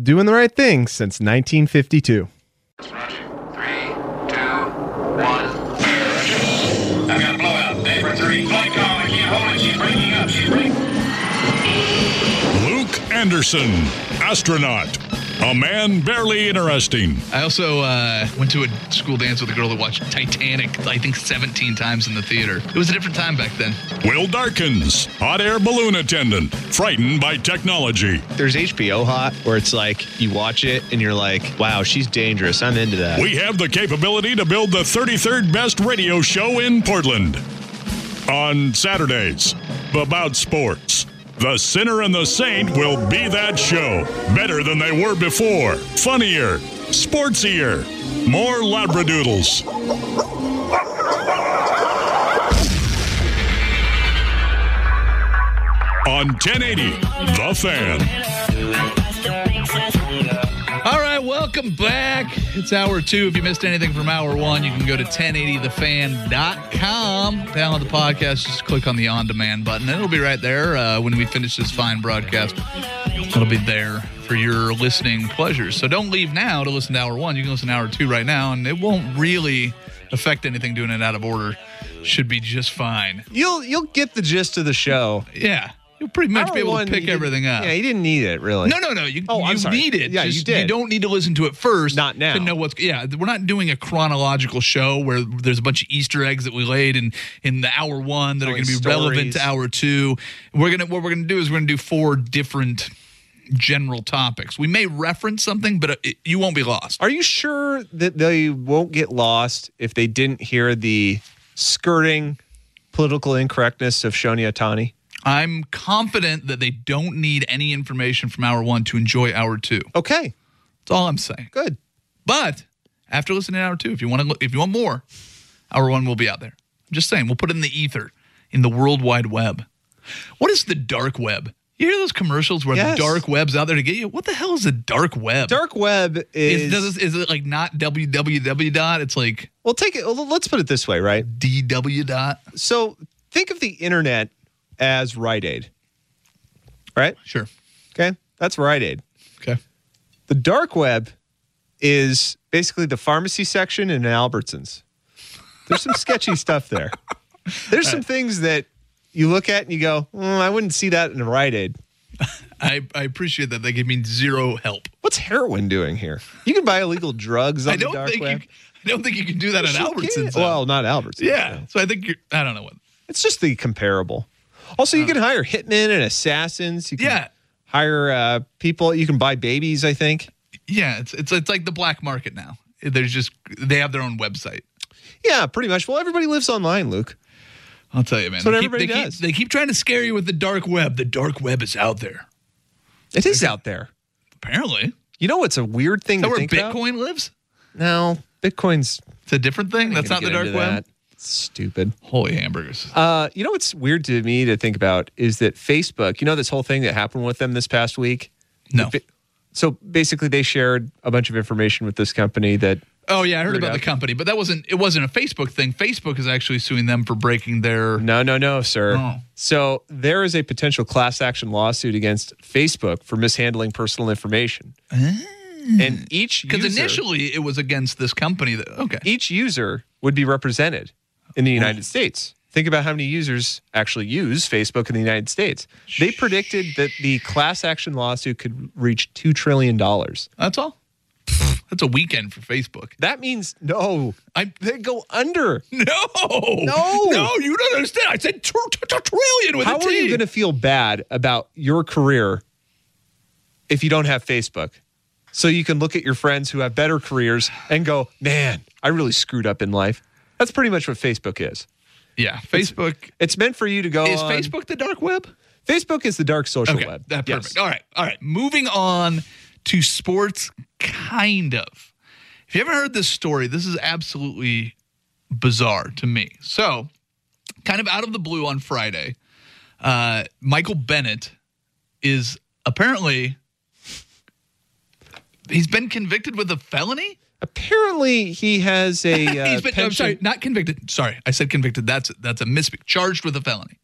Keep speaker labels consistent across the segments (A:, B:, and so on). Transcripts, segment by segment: A: Doing the right thing since 1952.
B: Three, two, one. I've got blowout. Day for three. Flight call. I can't hold it. She's breaking up. She's breaking.
C: Luke Anderson, astronaut, a man barely interesting.
D: I also uh, went to a school dance with a girl that watched Titanic, I think, 17 times in the theater. It was a different time back then.
C: Will Darkins, hot air balloon attendant, frightened by technology.
E: There's HBO Hot where it's like you watch it and you're like, wow, she's dangerous. I'm into that.
C: We have the capability to build the 33rd best radio show in Portland. On Saturdays, about sports. The Sinner and the Saint will be that show. Better than they were before. Funnier, sportsier, more Labradoodles. On 1080, The Fan.
D: All right, welcome back. It's hour two. If you missed anything from hour one, you can go to 1080thefan.com. Download the podcast. Just click on the on demand button. and It'll be right there uh, when we finish this fine broadcast. It'll be there for your listening pleasures. So don't leave now to listen to hour one. You can listen to hour two right now, and it won't really affect anything doing it out of order. Should be just fine.
E: you'll you'll get the gist of the show.
D: Yeah. You'll pretty much
E: Hour
D: be able
E: one,
D: to
E: you
D: pick
E: didn't-
D: everything up.
E: Yeah, you didn't need it really.
D: No, no, no. You,
E: Oh,
D: you
E: I'm sorry.
D: need it.
E: Yeah, you
D: Just-
E: did.
D: don't need to listen to it first.
E: Not now.
D: To know what's. Yeah, we're not doing a chronological show where there's a bunch of Easter eggs that we laid in in the hour one that are
E: Telling
D: going to be relevant
E: stories.
D: to hour two. We're gonna what we're gonna do is we're gonna do four different general topics. We may reference something, but uh, it, you won't be lost.
E: Are you sure that they won't get lost if they didn't hear the skirting political incorrectness of Shonya Tani?
D: I'm confident that they don't need any information from hour one to enjoy hour two.
E: Okay,
D: That's all I'm saying.
E: good.
D: But after listening to hour two, if you want to, if you want more, hour one will be out there. I'm just saying, we'll put it in the ether, in the world wide web. What is the dark web? You hear those commercials where
E: Yes.
D: the dark web's out there to get you? What the hell is the dark web?
E: Dark web
D: is,
E: is.
D: does, is it like not www dot? It's like
E: well, take it. well, Let's put it this way, right?
D: dw dot.
E: So think of the internet as Rite Aid. Right?
D: Sure.
E: Okay, that's Rite Aid.
D: Okay.
E: The dark web is basically the pharmacy section in an Albertsons. There's some sketchy stuff there. There's some things that you look at and you go, "Mm, I wouldn't see that in a Rite Aid.
D: I, I appreciate that. They give me zero help.
E: What's heroin doing here? You can buy illegal drugs on
D: I don't
E: the dark
D: think
E: web.
D: you. I don't think you can do that at
E: Yes, you can.
D: Albertsons. though.
E: Well, not Albertsons.
D: yeah.
E: no.
D: So I think you're. I don't know what.
E: It's just the comparable. Also, you can hire hitmen and assassins. You can
D: Yeah.
E: hire uh, people. You can buy babies, I think.
D: Yeah, it's it's it's like the black market now. There's just they have their own website.
E: Yeah, pretty much. Well, everybody lives online, Luke.
D: I'll tell you, man.
E: That's what
D: they
E: everybody
D: keep, they
E: does.
D: Keep, they keep trying to scare you with the dark web. The dark web is out there.
E: It is out there.
D: Apparently, is
E: You know what's a weird thing
D: that
E: to
D: where
E: think about?
D: Bitcoin lives?
E: No, Bitcoin's
D: It's a different thing. That's not
E: gonna
D: the
E: get
D: dark
E: into
D: web.
E: that. Stupid.
D: Holy hamburgers!
E: Uh, you know what's weird to me to think about is that Facebook. You know this whole thing that happened with them this past week.
D: no.
E: Bi- So basically, they shared a bunch of information with this company that
D: Oh yeah, I heard about
E: out.
D: the company, but that wasn't it. Wasn't a Facebook thing. Facebook is actually suing them for breaking their.
E: No, no, no, sir.
D: Oh.
E: So there is a potential class action lawsuit against Facebook for mishandling personal information. And each
D: Ah. Because
E: user,
D: initially it was against this company. That okay.
E: each user would be represented in the United States. Think about how many users actually use Facebook in the United States. They predicted that the class action lawsuit could reach $2 trillion.
D: That's all. That's a weekend for Facebook.
E: That means no.
D: I
E: They go under.
D: no
E: No.
D: no. You don't understand. I said tr- tr- tr- trillion with
E: How
D: a T.
E: are you going to feel bad about your career if you don't have Facebook? So you can look at your friends who have better careers and go, man, I really screwed up in life. That's pretty much what Facebook is.
D: Yeah, Facebook
E: It's meant for you to go.
D: is
E: on-
D: Facebook the dark web.
E: Facebook is the dark social
D: Okay,
E: web.
D: that
E: Yes.
D: perfect. All right, all right. Moving on to sports, kind of. If you ever heard this story, this is absolutely bizarre to me. So, kind of out of the blue on Friday, uh, Michael Bennett is apparently he's been convicted with a felony.
E: Apparently, he has a. Uh,
D: he's been. I'm
E: pension-
D: sorry, not convicted. Sorry, I said convicted. That's that's a misspeak. Charged with a felony,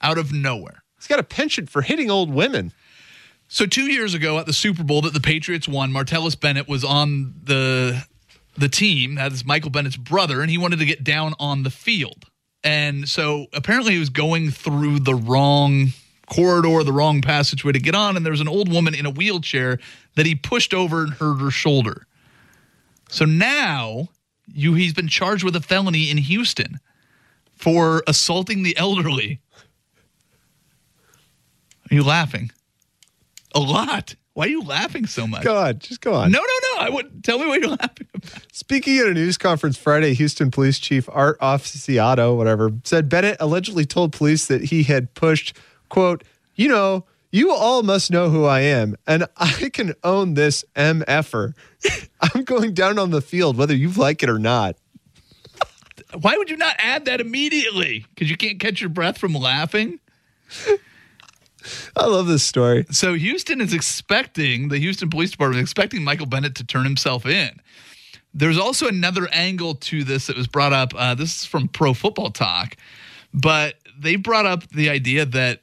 D: out of nowhere.
E: He's got a penchant for hitting old women.
D: So two years ago at the Super Bowl that the Patriots won, Martellus Bennett was on the the team. That is Michael Bennett's brother, and he wanted to get down on the field. And so apparently he was going through the wrong corridor, the wrong passageway to get on, and there was an old woman in a wheelchair that he pushed over and hurt her shoulder. So now you he's been charged with a felony in Houston for assaulting the elderly. Are you laughing? A lot. Why are you laughing so much?
E: Go on, just go on.
D: No, no, no. I would tell me what you're laughing about.
E: Speaking at a news conference Friday, Houston Police Chief Art Officiato, whatever, said Bennett allegedly told police that he had pushed, quote, you know, you all must know who I am, and I can own this MFer. I'm going down on the field, whether you like it or not.
D: Why would you not add that immediately? Because you can't catch your breath from laughing.
E: I love this story.
D: So Houston is expecting the Houston Police Department is expecting Michael Bennett to turn himself in. There's also another angle to this that was brought up. Uh, this is from Pro Football Talk, but they brought up the idea that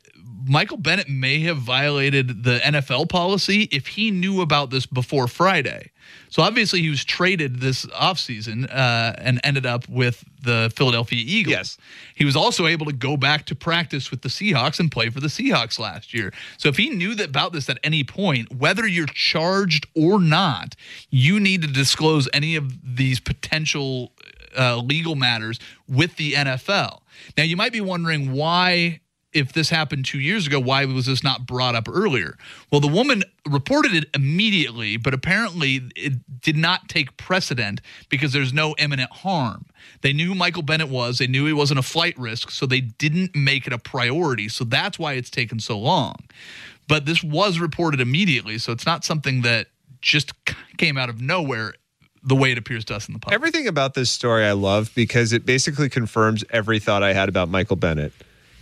D: Michael Bennett may have violated the NFL policy if he knew about this before Friday. So obviously he was traded this offseason uh, and ended up with the Philadelphia Eagles.
E: Yes.
D: He was also able to go back to practice with the Seahawks and play for the Seahawks last year. So if he knew that about this at any point, whether you're charged or not, you need to disclose any of these potential uh, legal matters with the NFL. Now you might be wondering why if this happened two years ago, why was this not brought up earlier? Well, the woman reported it immediately, but apparently it did not take precedent because there's no imminent harm. They knew who Michael Bennett was, they knew he wasn't a flight risk, so they didn't make it a priority. So that's why it's taken so long. But this was reported immediately, so it's not something that just c- came out of nowhere the way it appears to us in the public.
E: Everything about this story I love because it basically confirms every thought I had about Michael Bennett,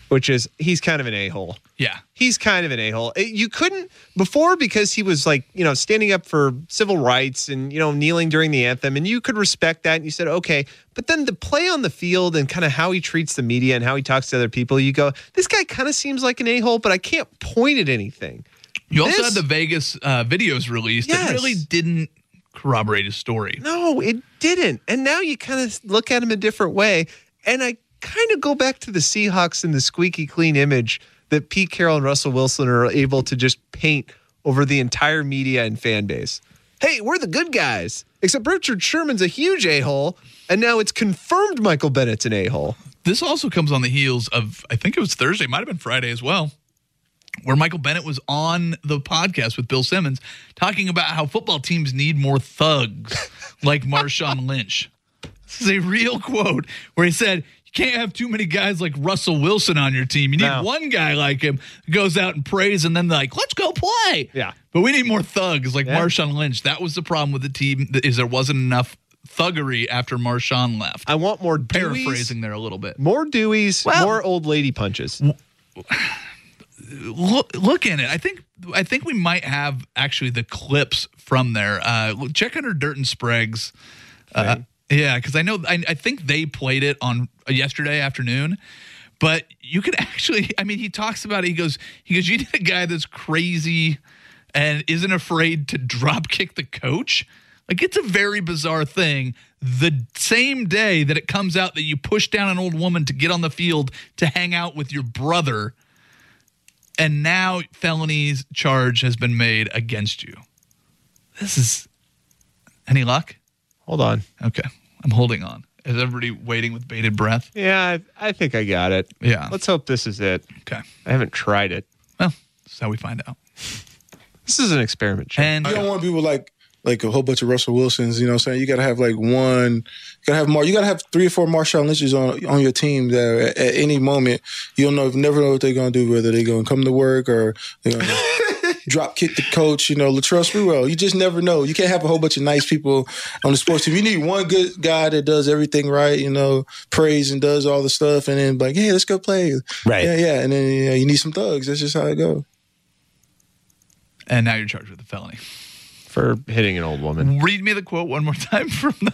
E: which is he's kind of an a hole.
D: yeah.
E: he's kind of an a-hole It- you couldn't before because he was like you know standing up for civil rights and you know kneeling during the anthem and you could respect that and you said okay but then the play on the field and kind of how he treats the media and how he talks to other people you go this guy kind of seems like an a-hole but i can't point at anything
D: You also
E: This-
D: had the Vegas uh, videos released
E: Yes.
D: that really didn't corroborate his story.
E: no it didn't and now you kind of look at him a different way and i kind of go back to the seahawks and the squeaky clean image that pete carroll and russell wilson are able to just paint over the entire media and fan base hey we're the good guys except richard sherman's a huge a-hole and now it's confirmed michael bennett's an a-hole
D: This also comes on the heels of, I think it was Thursday, might have been Friday as well, where Michael Bennett was on the podcast with Bill Simmons talking about how football teams need more thugs like Marshawn Lynch. This is a real quote where he said, You can't have too many guys like Russell Wilson on your team. You need
E: No.
D: one guy like him who goes out and prays and then, like, let's go play.
E: Yeah.
D: But we need more thugs like Marshawn Lynch. That was the problem with the team, is there wasn't enough thuggery after Marshawn left.
E: i want more Deweys,
D: Paraphrasing there a little bit.
E: more deweys
D: Well-
E: more old lady punches
D: look look in it. I think I think we might have actually the clips from there. Uh, look- check under Dirt and Sprague's. Uh, yeah, because I know I, I think they played it on uh, yesterday afternoon. But you could actually, I mean, he talks about it. He goes, he goes, you need a guy that's crazy and isn't afraid to drop kick the coach. Like it's a very bizarre thing. The same day that it comes out that you push down an old woman to get on the field to hang out with your brother, and now felonies charge has been made against you. This is Any luck?
E: Hold on.
D: Okay. I'm holding on. Is everybody waiting with bated breath?
E: Yeah, I, I think I got it.
D: Yeah.
E: Let's hope this is it.
D: Okay.
E: I haven't tried it.
D: Well, that's how we find out.
E: This is an experiment. Shane.
D: And
F: You don't want people like like a whole bunch of Russell Wilsons. You know, what I'm saying you got to have like one. You got to have more. You got to have three or four Marshawn Lynch's on on your team that at, at any moment you'll know never know what they're gonna do. Whether they're gonna come to work or they're gonna. Drop kick the coach, you know, Latrell Sprewell. You just never know. You can't have a whole bunch of nice people on the sports team. You need one good guy that does everything right, you know, prays and does all the stuff, and then like, hey, let's go play.
G: Right.
F: Yeah, yeah. And then you, know, you need some thugs. That's just how it goes.
D: and now you're charged with a felony.
E: for hitting an old woman.
D: Read me the quote one more time from the,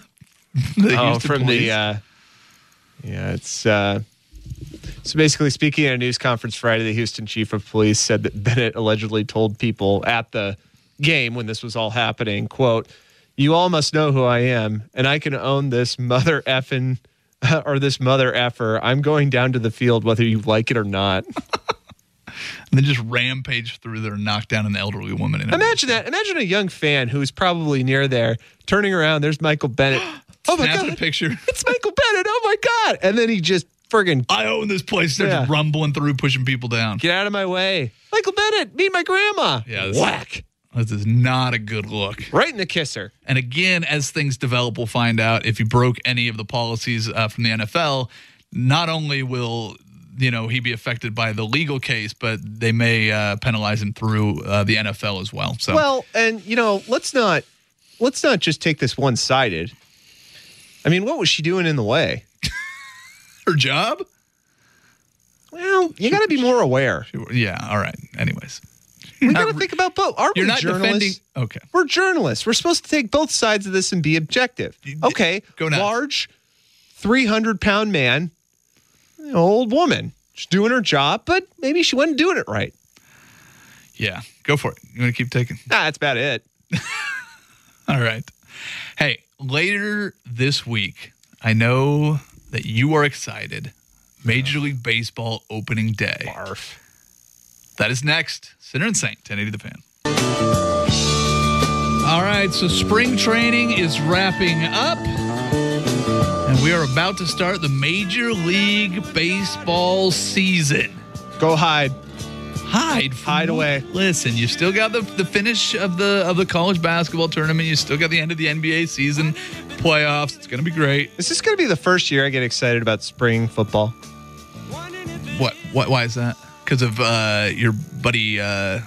D: the
E: Oh,
D: Houston
E: from
D: police.
E: the. Uh, yeah, it's. Uh, so basically, speaking at a news conference Friday, the Houston chief of police said that Bennett allegedly told people at the game when this was all happening, "quote You all must know who I am, and I can own this mother effing." Or this mother effer. I'm going down to the field whether you like it or not.
D: and then just rampage through there and knock down an elderly woman. In a-
E: Imagine that. Imagine a young fan who is probably near there turning around. There's Michael Bennett. Oh my
D: Snapping
E: God.
D: a picture.
E: It's Michael Bennett. Oh my God. And then he just friggin'
D: I own this place. They're just
E: Yeah.
D: rumbling through, pushing people down.
E: get out of my way. Michael Bennett, meet my grandma.
D: Yeah, this-
E: Whack.
D: This is not a good look.
E: Right in the kisser.
D: And again, as things develop, we'll find out if he broke any of the policies uh, from the NFL. Not only will you know he be affected by the legal case, but they may uh, penalize him through uh, the NFL as well. So
E: Well, and you know, let's not let's not just take this one sided. I mean, what was she doing in the way?
D: her job.
E: Well, you got to be more aware.
D: Yeah. All right. Anyways,
E: We got to think about both. Aren't
D: you're
E: we
D: not defending.
E: journalists?
D: Okay.
E: We're journalists. We're supposed to take both sides of this and be objective. Okay,
D: Go nuts.
E: large, three hundred pound man, you know, old woman. She's doing her job, but maybe she wasn't doing it right.
D: Yeah. Go for it. You want to keep taking?
E: Nah, that's about it.
D: All right. Hey, later this week, I know that you are excited. Major League Baseball opening day. Barf. That is next. Sinner and Saint, 1080 the fan. All right, so spring training is wrapping up. And we are about to start the Major League Baseball season.
E: Go hide.
D: Hide, from-
E: Hide away.
D: Listen, you still got the, the finish of the of the college basketball tournament. You still got the end of the NBA season, playoffs. It's gonna be great.
E: Is this going to be the first year I get excited about spring football?
D: What? What? Why is that? Because of uh, your buddy. Uh,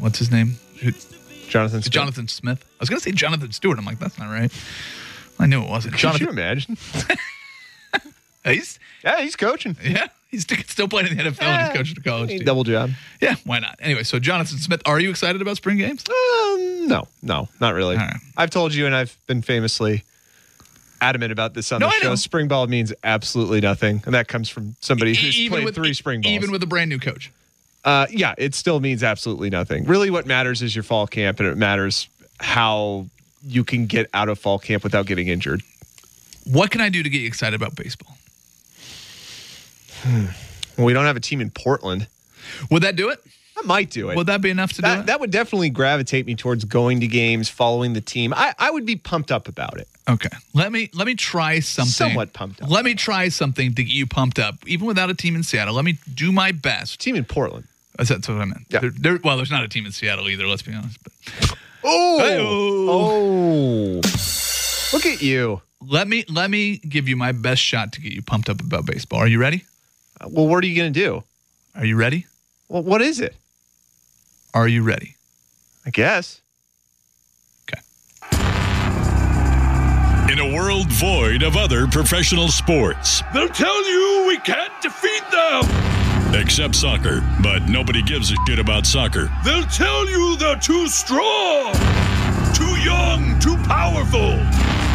D: what's his name? Who-
E: Jonathan. Smith.
D: Jonathan Smith. I was gonna say Jonathan Stewart. I'm like, that's not right. I knew it wasn't.
E: Could you
D: Jonathan.
E: imagine?
D: He's
E: yeah, he's coaching.
D: yeah. He's still- still playing in the NFL and
E: Ah.
D: he's coaching a college team.
E: Double job.
D: Yeah, why not? Anyway, so Jonathan Smith, are you excited about spring games?
E: Um, no, no, not really.
D: All right.
E: I've told you, and I've been famously adamant about this on
D: No,
E: the
D: I
E: show.
D: know. E-
E: Spring ball means absolutely nothing, and that comes from somebody who's
D: Even
E: played
D: with-
E: three spring balls.
D: Even with a brand new coach.
E: uh, yeah, it still means absolutely nothing. Really, what matters is your fall camp, and it matters how you can get out of fall camp without getting injured.
D: What can I do to get you excited about baseball?
E: Well, we don't have a team in Portland.
D: Would that do it?
E: That might do it.
D: Would that be enough to do
E: that,
D: it?
E: that would definitely gravitate me towards going to games, following the team. I, I would be pumped up about it.
D: okay. Let me let me try something.
E: Somewhat pumped up.
D: Let me try something to get you pumped up, even without a team in Seattle. Let me do my best.
E: Team in Portland.
D: That's, that's what I meant.
E: Yeah.
D: There- there- well, there's not a team in Seattle either. Let's be honest. But
E: Oh,
D: Hey-oh.
E: oh. Look at you.
D: let me let me give you my best shot to get you pumped up about baseball. Are you ready?
E: Uh, Well, what are you going to do?
D: Are you ready?
E: Well, what is it?
D: Are you ready?
E: I guess.
D: Okay.
C: In a world void of other professional sports. They'll tell you we can't defeat them! Except soccer, but nobody gives a shit about soccer. They'll tell you they're too strong, too young, too powerful.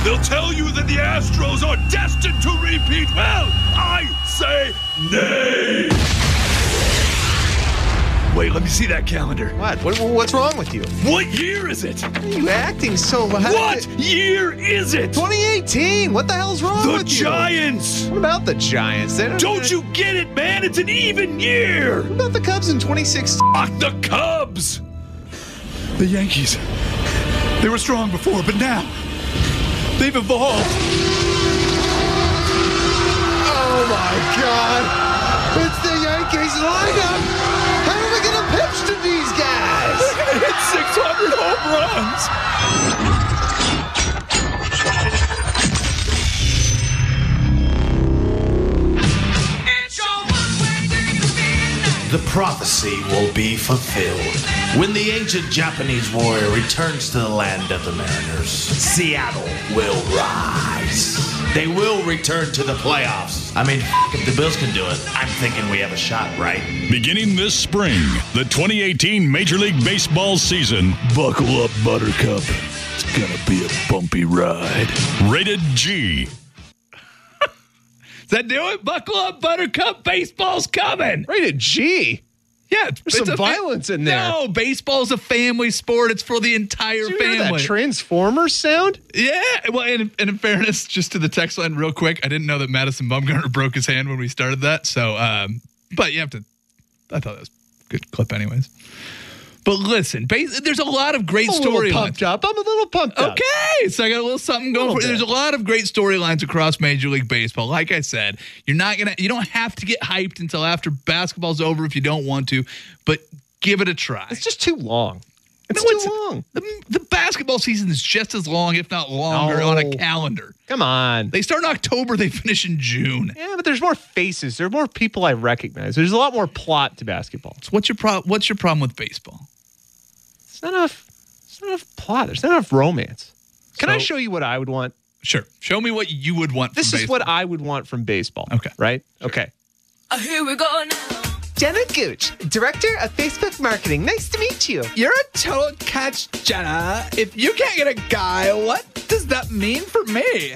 C: They'll tell you that the Astros are destined to repeat. Well, I say nay. Wait, let me see that calendar.
E: What? what what's wrong with you?
C: What year is it?
E: Why are you acting
D: Oh,
E: so loud?
C: What year is it?
E: 2018. What the hell's wrong
C: The
E: with you?
C: Giants!
E: What about the Giants? They
C: Don't you get it, man? It's an even year.
E: What about the Cubs in 2016?
C: Fuck the Cubs.
H: The Yankees. They were strong before, but now Thief of the Halt.
A: Oh my God! It's the Yankees lineup. How are we gonna pitch to these guys?
H: Hit 600 home runs.
I: The prophecy will be fulfilled when the ancient Japanese warrior returns to the land of the mariners. Seattle will rise. They will return to the playoffs. I mean, f- if the Bills can do it, I'm thinking we have a shot, right?
C: Beginning this spring, the 2018 Major League Baseball season. Buckle up, Buttercup. It's gonna be a bumpy ride. Rated G.
D: Does that do it? Buckle up, Buttercup. Baseball's coming.
E: Rated G.
D: Yeah, it's-
E: There's
D: it's
E: some
D: a fa-
E: violence in there.
D: No, baseball's a family sport. It's for the entire
E: Did you hear that
D: family.
E: Transformers sound?
D: yeah. Well, and, and in fairness, just to the text line, real quick, I didn't know that Madison Bumgarner broke his hand when we started that. So, um, but you have to. I thought that was a good clip, anyways. But listen, bas- there's a lot of great
E: I'm a little
D: storylines.
E: pumped up. I'm a little pumped up.
D: Okay, so I got a little something going for you. There's a lot of great storylines across Major League Baseball. Like I said, you're not gonna, you don't have to get hyped until after basketball's over if you don't want to, but give it a try.
E: It's just too long. It's
D: No,
E: too
D: it's-
E: long.
D: the, the basketball season is just as long, if not longer,
E: No.
D: on a calendar.
E: Come on.
D: They start in October, they finish in June.
E: Yeah, but there's more faces. There are more people I recognize. There's a lot more plot to basketball.
D: So what's your pro- What's your problem with baseball?
E: It's not enough. It's not enough plot. There's not enough romance. Can I
D: So-
E: show you what I would want?
D: Sure, show me what you would want.
E: This
D: from
E: is
D: baseball.
E: what I would want from baseball.
D: Okay.
E: Right? Okay.
J: Here we go now.
A: Jenna Gooch, director of Facebook marketing. Nice to meet you.
H: You're a total catch, Jenna. If you can't get a guy, what does that mean for me?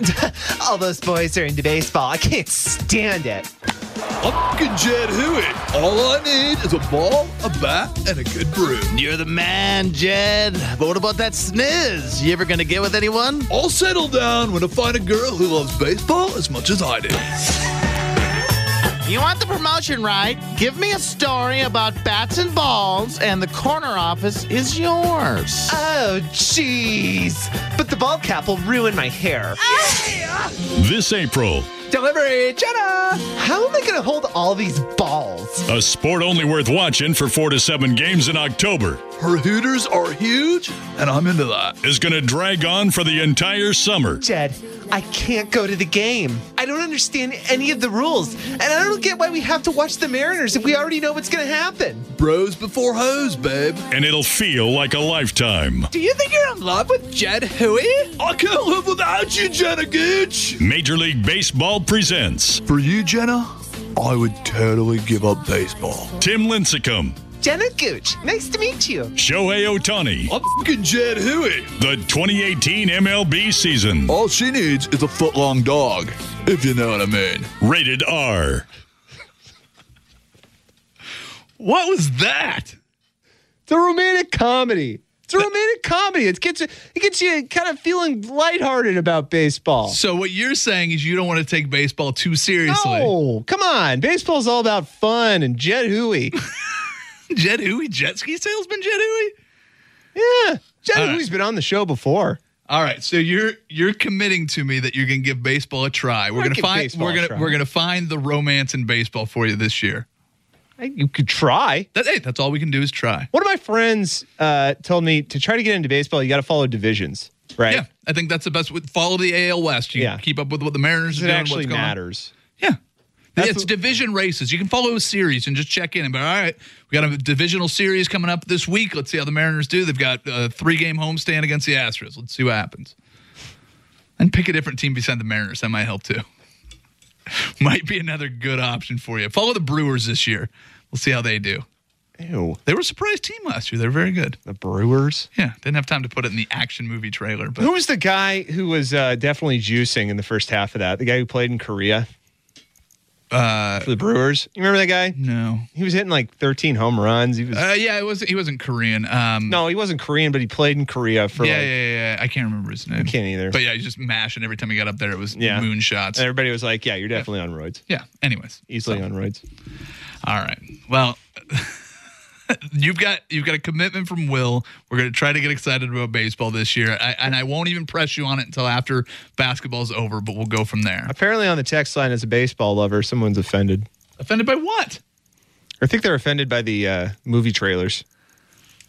A: All those boys are into baseball. I can't stand it.
H: I'm fucking Jed Huey. All I need is a ball, a bat, and a good brew.
I: You're the man, Jed. But what about that sniz? You ever gonna get with anyone?
H: I'll settle down when I find a girl who loves baseball as much as I do.
I: You want the promotion, right? Give me a story about bats and balls, and the corner office is yours.
A: Oh, jeez. But the ball cap will ruin my hair.
C: This April,
H: Delivery, Jenna.
A: How am I going to hold all these balls?
C: a sport only worth watching for four to seven games in October,
H: Her hooters are huge, and I'm into that.
C: is gonna drag on for the entire summer.
A: Jed, I can't go to the game. I don't understand any of the rules, and I don't get why we have to watch the Mariners if we already know what's going to happen.
H: Bros before hoes, babe.
C: And it'll feel like a lifetime.
H: Do you think you're in love with Jed Huey? I can't live without you, Jenna Gooch.
C: Major League Baseball presents
H: For you, Jenna, I would totally give up baseball.
C: Tim Lincecum,
A: Jenna Gooch, nice to meet you.
C: Shohei Otani,
H: I'm fucking Jed Huey.
C: the 2018 MLB season.
H: All she needs is a foot long dog, if you know what I mean.
C: Rated R.
D: What was that?
E: It's a romantic comedy. It's a romantic comedy. It gets you, it gets you kind of feeling lighthearted about baseball.
D: So what you're saying is you don't want to take baseball too seriously.
E: No, come on. Baseball's all about fun and Jed Huey.
D: Jed Huey, jet ski salesman Jed Huey.
E: Yeah. Jed
D: All right.
E: Huey's been on the show before.
D: All right, so you're you're committing to me that you're going to give baseball a try. We're
E: gonna
D: going to
E: give
D: find
E: baseball
D: we're
E: a
D: going to
E: try.
D: we're going to find the romance in baseball for you this year.
E: I, you could try.
D: That, hey, that's all we can do is try.
E: One of my friends uh, told me to try to get into baseball, you got to follow divisions, right?
D: Yeah, I think that's the best. With, follow the AL West. You
E: Yeah.
D: keep up with what the Mariners are
E: It
D: doing.
E: actually
D: what's going
E: matters.
D: On. Yeah.
E: That's
D: it's
E: what-
D: division races. You can follow a series and just check in and be all right. We got a divisional series coming up this week. Let's see how the Mariners do. They've got a three game homestand against the Astros. Let's see what happens. And pick a different team beside the Mariners. That might help too. might be another good option for you. Follow the Brewers this year. We'll see how they do.
E: Ew.
D: They were a surprise team last year. They're very good.
E: The Brewers.
D: Yeah, didn't have time to put it in the action movie trailer, but
E: Who was the guy who was uh, definitely juicing in the first half of that? The guy who played in Korea uh, for the Brewers. You remember that guy?
D: no.
E: He was hitting like 13 home runs. He was
D: Uh, yeah, it was. He wasn't Korean. Um,
E: no, he wasn't Korean, but he played in Korea for
D: Yeah,
E: like.
D: yeah, yeah, yeah. I can't remember his name. I
E: can't either.
D: But yeah, he's just mashing every time he got up there. It was
E: Yeah.
D: moonshots.
E: And everybody was like, "Yeah, you're definitely on roids,
D: yeah. Anyways,
E: easily on roids."
D: all right. Well, you've got you've got a commitment from Will. We're going to try to get excited about baseball this year, I, and I won't even press you on it until after basketball's over. But we'll go from there.
E: Apparently, on the text line, as a baseball lover, someone's offended.
D: Offended by what?
E: I think they're offended by the uh, movie trailers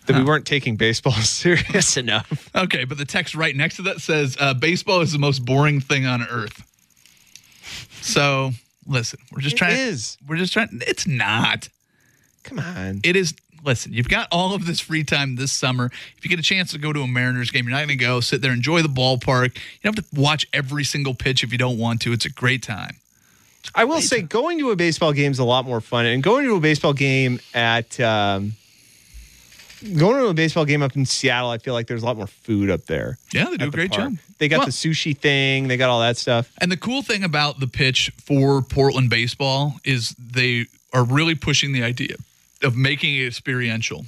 E: that we weren't taking baseball serious enough.
D: Okay, but the text right next to that says uh, baseball is the most boring thing on earth. So listen, we're just
E: It
D: trying.
E: is.
D: We're just trying. It's not.
E: Come on.
D: It is. Listen, you've got all of this free time this summer. If you get a chance to go to a Mariners game, you're not going to go sit there, enjoy the ballpark. You don't have to watch every single pitch if you don't want to. It's a great time.
E: I will say going to a baseball game is a lot more fun, and going to a baseball game at um, going to a baseball game up in Seattle, I feel like there's a lot more food up there.
D: Yeah, they do
E: at
D: a
E: the
D: great
E: park.
D: job.
E: They got
D: Well-
E: the sushi thing, they got all that stuff.
D: And the cool thing about the pitch for Portland baseball is they are really pushing the idea of making it experiential.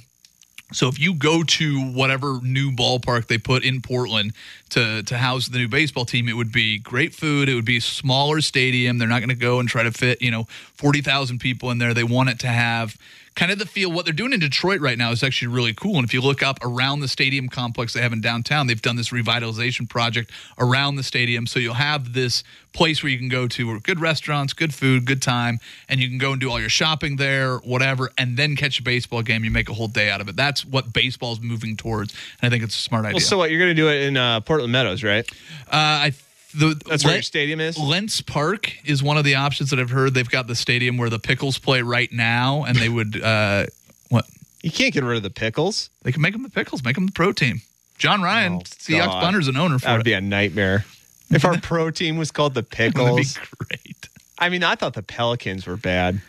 D: So if you go to whatever new ballpark they put in Portland to to house the new baseball team, it would be great food. It would be a smaller stadium. They're not going to go and try to fit you know forty thousand people in there. They want it to have kind of the feel. What they're doing in Detroit right now is actually really cool. And if you look up around the stadium complex they have in downtown, they've done this revitalization project around the stadium. So you'll have this place where you can go to where good restaurants, good food, good time, and you can go and do all your shopping there, whatever, and then catch a baseball game. You make a whole day out of it. That's what baseball's moving towards, and I think it's a smart idea.
E: Well, so what you're gonna do it in uh, Portland Meadows, right?
D: uh, I the,
E: That's where
D: Len-
E: your stadium is.
D: Lentz Park is one of the options that I've heard. They've got the stadium where the Pickles play right now, and they would uh, what
E: You can't get rid of the pickles.
D: They can make them the pickles, make them the pro team. John Ryan,
E: Oh,
D: Seahawks
E: God.
D: punter's an owner for
E: That would
D: it.
E: be a nightmare. If our pro team was called the
D: That'd be
E: Pickles,
D: great.
E: I mean, I thought the Pelicans were bad.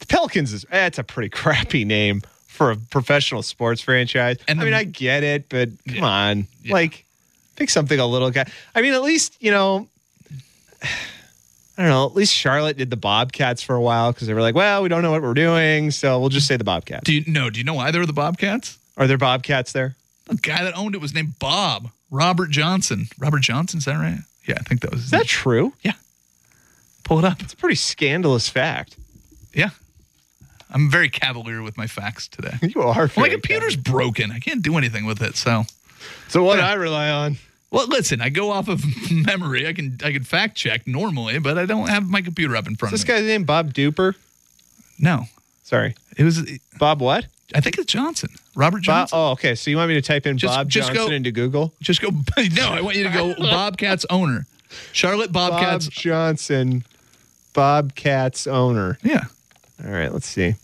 E: The Pelicans is that's a pretty crappy name for a professional sports franchise.
D: And
E: I
D: the-
E: mean, I get it, but come on,
D: Yeah.
E: like pick something a little guy. I mean, at least you know. I don't know. At least Charlotte did the Bobcats for a while because they were like, "Well, we don't know what we're doing, so we'll just say the Bobcats."
D: Do you no? Do you know why they were the Bobcats?
E: Are there Bobcats there?
D: The guy that owned it was named Bob Robert Johnson. Robert Johnson, is that right? Yeah, I think that was. His
E: Is that
D: name.
E: true?
D: Pull it up.
E: It's a pretty scandalous fact.
D: Yeah, I'm very cavalier with my facts today.
E: You are.
D: My
E: very
D: computer's broken. I can't do anything with it. So,
E: cavalier. So what I rely on.
D: well, listen. I go off of memory. I can I can fact check normally, but I don't have my computer up in front
E: Is this
D: of me.
E: guy's name Bob Duper?
D: no,
E: Sorry,
D: it was.
E: Bob what?
D: I think it's Johnson. Robert
E: Bob,
D: Johnson.
E: oh, okay. So you want me to type in
D: Just-
E: Bob
D: just
E: Johnson
D: go-
E: into Google?
D: Just go. No, I want you to go. Bobcats owner, Charlotte
E: Bob
D: Bobcats.
E: Johnson, Bobcats owner.
D: yeah,
E: All right, let's see.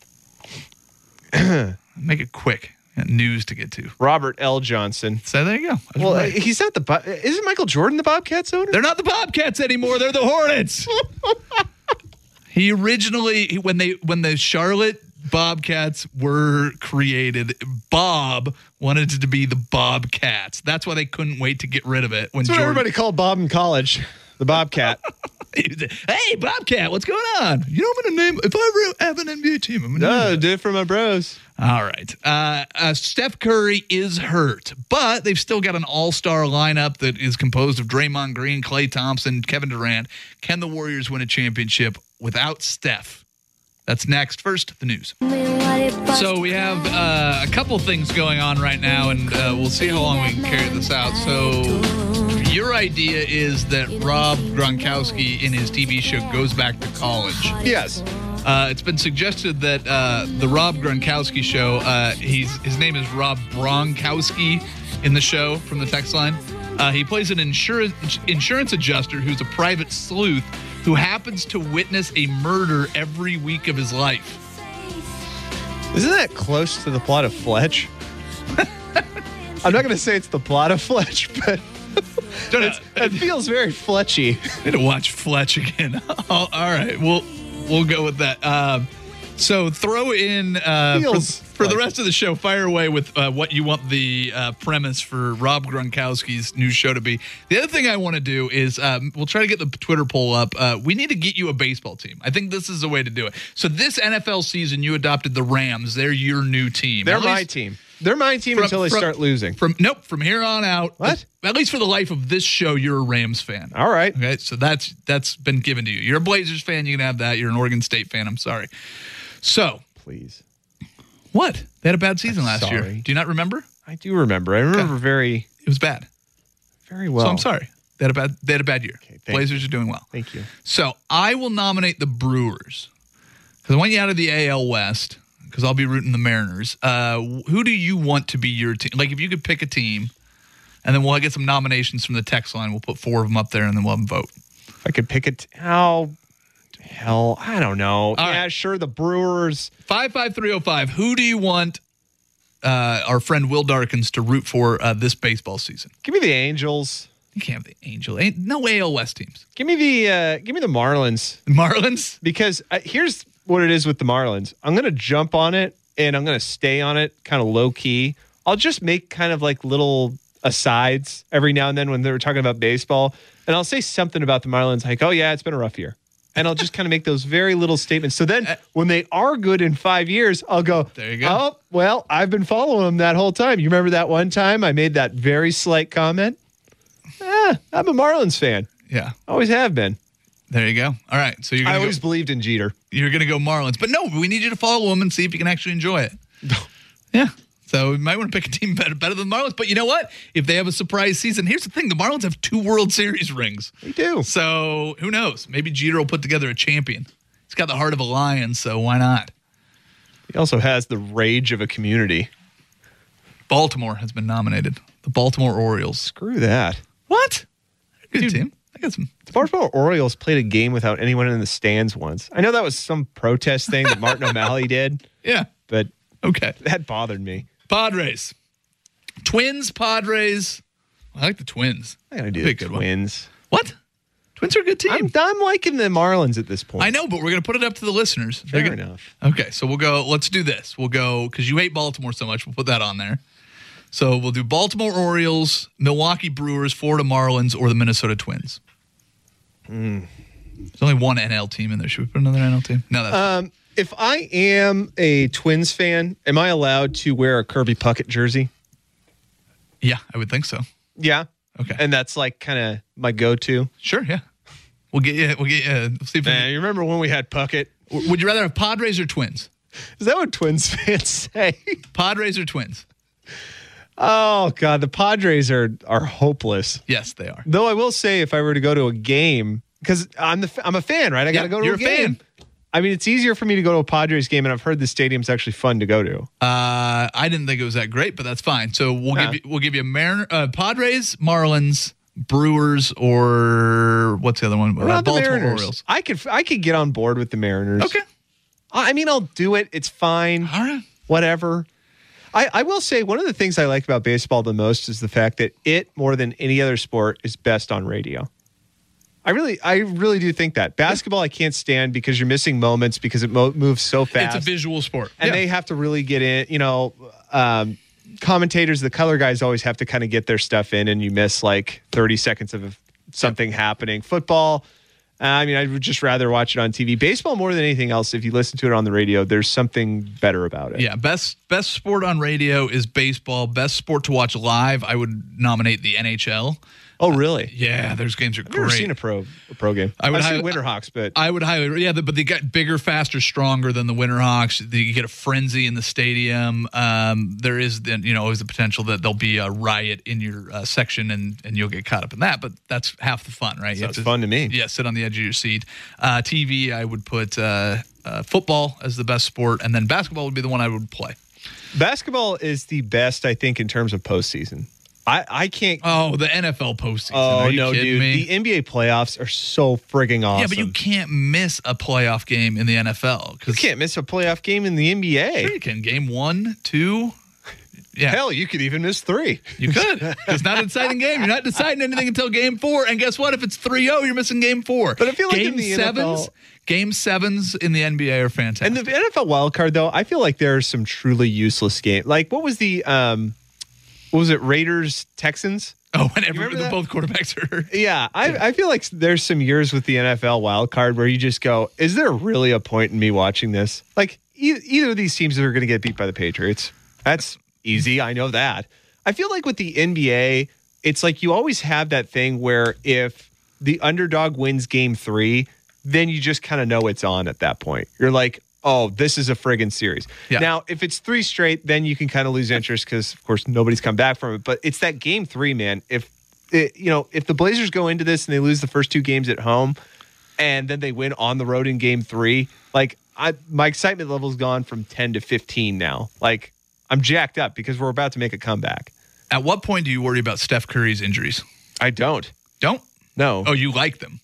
D: make it quick. Got news to get to.
E: Robert L. Johnson.
D: So there you go. I was
E: Well,
D: right.
E: uh, he's not the. Bo- Isn't Michael Jordan the Bobcats owner?
D: they're not the Bobcats anymore. They're the Hornets. he originally he- when they when the Charlotte Bobcats were created, Bob wanted it to be the Bobcats. That's why they couldn't wait to get rid of it. When
E: That's what
D: Jordan-
E: everybody called Bob in college. The Bobcat.
D: hey Bobcat, what's going on? You know I'm gonna name if I ever have an NBA team. I'm gonna name
E: no, did it for my bros.
D: All right. Uh, uh, Steph Curry is hurt, but they've still got an all star lineup that is composed of Draymond Green, Clay Thompson, Kevin Durant. Can the Warriors win a championship without Steph? That's next. First, the news. So we have uh, a couple things going on right now, and uh, we'll see how long we can carry this out. So your idea is that Rob Gronkowski in his TV show goes back to college.
E: Yes.
D: Uh, it's been suggested that uh, the Rob Gronkowski show, uh, he's, his name is Rob Gronkowski in the show from the text line. Uh, he plays an insurance insurance adjuster who's a private sleuth who happens to witness a murder every week of his life.
E: Isn't that close to the plot of Fletch? I'm not going to say it's the plot of Fletch, but
D: Don't know.
E: it feels very Fletchy.
D: I need to watch Fletch again. all right, we'll we'll go with that. Um, so throw in uh, for,
E: Feels
D: for the
E: like-
D: rest of the show. Fire away with uh, what you want the uh, premise for Rob Gronkowski's new show to be. The other thing I want to do is um, we'll try to get the Twitter poll up. Uh, we need to get you a baseball team. I think this is the way to do it. So this NFL season, you adopted the Rams. They're your new team.
E: They're
D: At
E: my
D: least-
E: team. They're my team
D: from-
E: until they
D: from-
E: start losing.
D: From nope, from here on out.
E: What?
D: At least for the life of this show, you're a Rams fan.
E: All right.
D: Okay, so that's that's been given to you. You're a Blazers fan, you can have that. You're an Oregon State fan. I'm sorry. So
E: Please.
D: What? They had a bad season last
E: sorry.
D: year. Do you not remember?
E: I do remember. I remember very,
D: It was bad.
E: very well.
D: So I'm sorry. They had a bad. They had a bad year.
E: thank
D: Blazers are doing well.
E: Thank you.
D: So I will nominate the Brewers because I want you out of the AL West because I'll be rooting the Mariners. Uh, who do you want to be your team? Like if you could pick a team, and then we'll get some nominations from the text line. We'll put four of them up there, and then we'll have them vote.
E: If I could pick it, oh hell, I don't know. yeah,
D: Oh, right.
E: sure. The Brewers.
D: Five five three zero five. Who do you want? Uh, our friend Will Darkins to root for uh, this baseball season.
E: Give me the Angels.
D: You can't have the Angel. Ain't no AL West teams.
E: Give me the. Uh, give me the Marlins.
D: Marlins.
E: because uh, here's what it is with the Marlins. I'm going to jump on it and I'm going to stay on it kind of low key. I'll just make kind of like little asides every now and then when they were talking about baseball. And I'll say something about the Marlins, like, oh, yeah, it's been a rough year. And I'll just kind of make those very little statements. So then when they are good in five years, I'll go,
D: Uh, There you go.
E: Oh, well, I've been following them that whole time. You remember that one time I made that very slight comment? Ah, I'm a Marlins fan.
D: Yeah.
E: Always have been.
D: There you go. All right. So you're
E: I
D: gonna
E: always
D: go,
E: believed in Jeter.
D: you're gonna go Marlins, but no, we need you to follow them and see if you can actually enjoy it. yeah. So we might want to pick a team better better than the Marlins. But you know what? If they have a surprise season, here's the thing: the Marlins have two World Series rings.
E: They do.
D: So who knows? Maybe Jeter will put together a champion. He's got the heart of a lion, so why not?
E: He also has the rage of a community.
D: Baltimore has been nominated. The Baltimore Orioles.
E: Screw that.
D: What? Good team. I got some.
E: The Baltimore Orioles played a game without anyone in the stands once. I know that was some protest thing that Martin O'Malley did,
D: Yeah.
E: but
D: Okay.
E: that bothered me.
D: Padres. Twins, Padres. I like the Twins.
E: I gotta do
D: Be a
E: the
D: good one.
E: Twins.
D: What? Twins are a good team.
E: I'm, I'm liking the Marlins at this point.
D: I know, but we're going to put it up to the listeners. They're
E: Fair
D: gonna-
E: enough.
D: Okay, so we'll go. Let's do this. We'll go because you hate Baltimore so much. We'll put that on there. So we'll do Baltimore Orioles, Milwaukee Brewers, Florida Marlins, or the Minnesota Twins.
E: Hmm.
D: There's only one NL team in there. Should we put another NL team? No, that's
E: If I am a Twins fan, am I allowed to wear a Kirby Puckett jersey?
D: yeah. I would think so.
E: Yeah.
D: Okay.
E: And that's like kind of my go-to.
D: Sure. Yeah. We'll get you. We'll get you. We'll see if we
E: Man, you remember when we had Puckett?
D: can- would you rather have Padres or Twins?
E: Is that what Twins fans say?
D: Padres or Twins?
E: oh God, the Padres are are hopeless.
D: Yes, they are.
E: Though I will say, if I were to go to a game, because I'm the I'm a fan, right? I got to
D: Yeah,
E: go to
D: you're
E: a
D: a
E: game.
D: fan.
E: I mean, it's easier for me to go to a Padres game, and I've heard the stadium's actually fun to go to.
D: Uh, I didn't think it was that great, but that's fine. So we'll
E: Yeah.
D: give you we'll give you Mariner, uh, Padres, Marlins, Brewers, or what's the other one?
E: What
D: Uh,
E: about the
D: Baltimore
E: Mariners?
D: Orioles.
E: I could I could get on board with the Mariners.
D: Okay,
E: I I mean, I'll do it. It's fine.
D: all right.
E: Whatever. I, I will say one of the things I like about baseball the most is the fact that it more than any other sport is best on radio. I really I really do think that. Basketball I can't stand because you're missing moments because it mo- moves so fast.
D: It's a visual sport,
E: and
D: Yeah.
E: they have to really get in. You know, um, commentators, the color guys always have to kind of get their stuff in, and you miss like 30 seconds of something happening. Football, uh, I mean, I would just rather watch it on TV. Baseball, more than anything else, if you listen to it on the radio, there's something better about it.
D: yeah. Best best sport on radio is baseball. Best sport to watch live, I would nominate the NHL.
E: Oh, really?
D: Yeah, those games are
E: I've never
D: great.
E: seen a pro a pro game.
D: I would
E: I've seen
D: hi-
E: Winterhawks, but
D: I would highly, yeah, but they got bigger, faster, stronger than the Winterhawks. They- You get a frenzy in the stadium. Um, there is, then you know, always the potential that there'll be a riot in your uh, section, and and you'll get caught up in that. But that's half the fun, right? You have
E: Sounds fun to me.
D: Yeah, sit on the edge of your seat. Uh, TV, I would put uh, uh, football as the best sport, and then basketball would be the one I would play.
E: basketball is the best, I think, in terms of postseason. I, I can't.
D: Oh, the NFL postseason.
E: Oh
D: Are you
E: no,
D: kidding
E: dude!
D: Me?
E: The NBA playoffs are so frigging awesome.
D: Yeah, but you can't miss a playoff game in the NFL
E: You
D: because
E: can't miss a playoff game in the NBA.
D: Sure you can. Game one, two. Yeah.
E: Hell, you could even miss three.
D: You could. It's not a deciding game. You're not deciding anything until game four. And guess what? If it's 3 0, you're missing game four.
E: But I feel like
D: game
E: in the
D: sevens,
E: NFL
D: game sevens in the NBA are fantastic.
E: And the NFL wild card, though, I feel like there are some truly useless games. Like what was the um, what was it? Raiders Texans.
D: oh, and every,
E: remember
D: the,
E: that?
D: both quarterbacks are hurt.
E: Yeah, I, I feel like there's some years with the NFL wild card where you just go, is there really a point in me watching this? Like e- either of these teams are going to get beat by the Patriots. That's easy. I know that. I feel like with the NBA, it's like you always have that thing where if the underdog wins game three, then you just kind of know it's on at that point. You're like, oh, this is a friggin' series.
D: Yeah.
E: Now, if it's three straight, then you can kind of lose interest because, of course, nobody's come back from it. But it's that game three, man. If it, you know, if the Blazers go into this and they lose the first two games at home, and then they win on the road in game three, like I, my excitement level's gone from ten to fifteen now. Like I'm jacked up because we're about to make a comeback.
D: At what point do you worry about Steph Curry's injuries?
E: I don't.
D: Don't.
E: No.
D: Oh, you like them.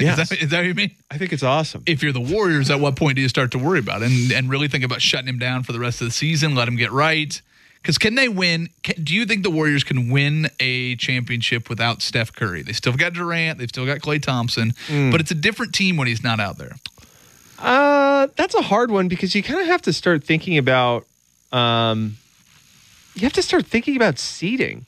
E: Yes.
D: Is, that, is that what you mean?
E: I think it's awesome.
D: If you're the Warriors, at what point do you start to worry about it and, and really think about shutting him down for the rest of the season? Let him get right. Because can they win? Can, do you think the Warriors can win a championship without Steph Curry? They still got Durant. They've still got Clay Thompson.
E: Mm.
D: But it's a different team when he's not out there.
E: Uh, that's a hard one because you kind of have to start thinking about, um, you have to start thinking about seeding.